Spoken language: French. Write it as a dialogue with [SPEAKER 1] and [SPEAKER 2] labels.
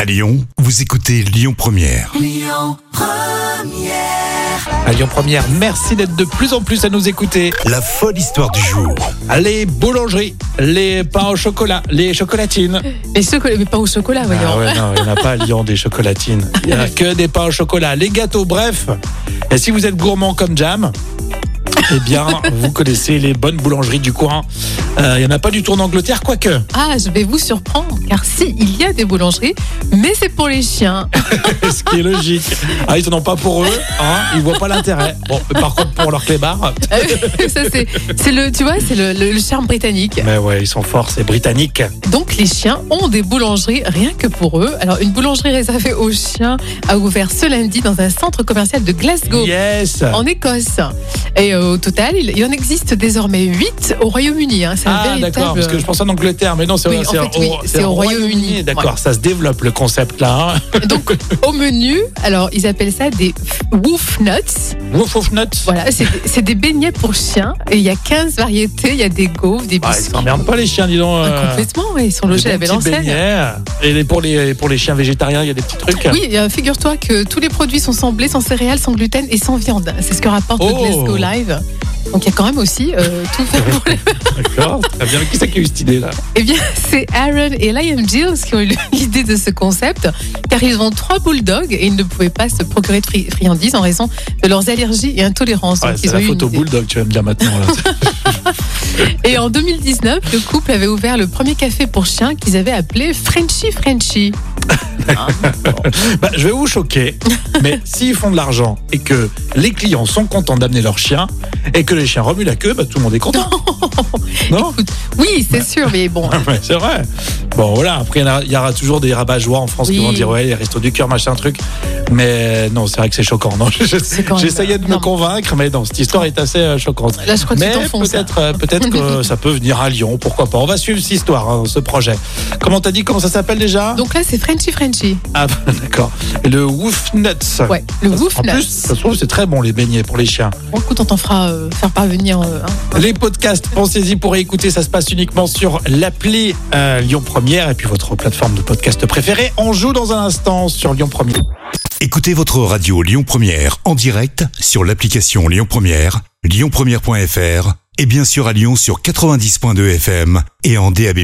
[SPEAKER 1] À Lyon, vous écoutez Lyon Première.
[SPEAKER 2] À Lyon Première, merci d'être de plus en plus à nous écouter.
[SPEAKER 1] La folle histoire du jour.
[SPEAKER 2] Les boulangeries, les pains au chocolat, les chocolatines.
[SPEAKER 3] Mais, chocolat, mais pas au chocolat, voyons.
[SPEAKER 2] Ah ouais, non, il n'y en a pas à Lyon des chocolatines. Il n'y a que des pains au chocolat, les gâteaux, bref. Et si vous êtes gourmand comme Jam, eh bien, vous connaissez les bonnes boulangeries du coin. Euh, Il n'y en a pas du tout en Angleterre, quoique.
[SPEAKER 3] Ah, je vais vous surprendre, car si, il y a des boulangeries, mais c'est pour les chiens.
[SPEAKER 2] Ce qui est logique. Ah, ils n'en ont pas pour eux, hein, ils voient pas l'intérêt. Bon, mais par contre, pour leurs clébards.
[SPEAKER 3] Ah Ça, c'est c'est le, tu vois, c'est le, le- le charme britannique.
[SPEAKER 2] Mais ouais, ils sont forts, c'est britannique.
[SPEAKER 3] Donc, les chiens ont des boulangeries rien que pour eux. Alors, une boulangerie réservée aux chiens a ouvert ce lundi dans un centre commercial de Glasgow.
[SPEAKER 2] Yes!
[SPEAKER 3] En Écosse. Et euh, au total, il, il en existe désormais 8 au Royaume-Uni. hein. C'est un
[SPEAKER 2] Ah
[SPEAKER 3] véritable-
[SPEAKER 2] d'accord, parce que je pensais en Angleterre, mais non, c'est
[SPEAKER 3] Oui, en
[SPEAKER 2] c'est
[SPEAKER 3] fait, oui,
[SPEAKER 2] c'est
[SPEAKER 3] c'est au Royaume-Uni.
[SPEAKER 2] D'accord, ça se développe le concept là. hein.
[SPEAKER 3] Donc, au menu, alors, ils appellent ça des f- woof nuts.
[SPEAKER 2] Woof woof nuts.
[SPEAKER 3] Voilà, c'est c'est des beignets pour chiens. Et il y a 15 variétés. Il y a des gaufres, des
[SPEAKER 2] Ah, ils
[SPEAKER 3] biscuits.
[SPEAKER 2] s'emmerdent pas les chiens, dis donc.
[SPEAKER 3] Ah,
[SPEAKER 2] euh,
[SPEAKER 3] complètement, ouais, ils sont logés
[SPEAKER 2] des
[SPEAKER 3] à la
[SPEAKER 2] bons
[SPEAKER 3] belle
[SPEAKER 2] petits
[SPEAKER 3] enseigne.
[SPEAKER 2] beignets. Et les- pour les pour les chiens végétariens, il y a des petits trucs.
[SPEAKER 3] Oui, et, euh, figure-toi que tous les produits sont semblés sans céréales, sans gluten et sans viande. C'est ce que rapporte
[SPEAKER 2] Oh.
[SPEAKER 3] le Glasgow Live. Donc il y a quand même aussi euh, tout fait pour les...
[SPEAKER 2] D'accord. Très bien. Mais Qui c'est qui a eu cette idée là
[SPEAKER 3] Eh bien, c'est Aaron et Liam Gills qui ont eu l'idée de ce concept, car ils ont trois bulldogs et ils ne pouvaient pas se procurer de fri- friandises en raison de leurs allergies et intolérances.
[SPEAKER 2] Ouais,
[SPEAKER 3] Donc,
[SPEAKER 2] C'est
[SPEAKER 3] ils ont
[SPEAKER 2] la
[SPEAKER 3] eu une
[SPEAKER 2] photo
[SPEAKER 3] idée.
[SPEAKER 2] bulldog, tu vas me dire maintenant. là.
[SPEAKER 3] Et en 2019, le couple avait ouvert le premier café pour chiens qu'ils avaient appelé Frenchy Frenchy. Hein, bon.
[SPEAKER 2] Bah, je vais vous choquer, mais s'ils font de l'argent et que les clients sont contents d'amener leurs chiens et que les chiens remuent la queue, bah, tout le monde est content. Non.
[SPEAKER 3] Écoute, oui, c'est sûr, mais bon,
[SPEAKER 2] Ouais, c'est vrai. Bon, voilà. Après, il y en a- il y, aura toujours des rabat-joie en France qui
[SPEAKER 3] Oui.
[SPEAKER 2] vont dire ouais, les restos du cœur, machin truc. Mais euh, non, c'est vrai que c'est choquant. Non, je-
[SPEAKER 3] quand même
[SPEAKER 2] j'essayais de me
[SPEAKER 3] énorme.
[SPEAKER 2] convaincre, mais non, cette histoire est assez euh, choquante.
[SPEAKER 3] Là, je crois que tu
[SPEAKER 2] mais
[SPEAKER 3] t'enfonces,
[SPEAKER 2] peut-être, euh, peut-être que ça peut venir à Lyon. Pourquoi pas On va suivre cette histoire, hein, ce projet. Comment t'as dit Comment ça s'appelle déjà
[SPEAKER 3] Donc là, c'est Frenchy Frenchy.
[SPEAKER 2] Ah, d'accord. Le Woof Nuts.
[SPEAKER 3] Ouais, le woof
[SPEAKER 2] En
[SPEAKER 3] nuts.
[SPEAKER 2] plus, ça se trouve, c'est très bon les beignets pour les chiens.
[SPEAKER 3] Bon, écoute, on t'en fera euh, faire parvenir. euh, hein.
[SPEAKER 2] Les podcasts, pensez-y pour écouter, ça se passe uniquement sur l'appli euh, Lyon Première et puis votre plateforme de podcast préférée. On joue dans un instant sur Lyon Première.
[SPEAKER 1] Écoutez votre radio Lyon Première en direct sur l'application Lyon Première, lyonpremière.fr et bien sûr à Lyon sur 90.2 FM et en DAB+.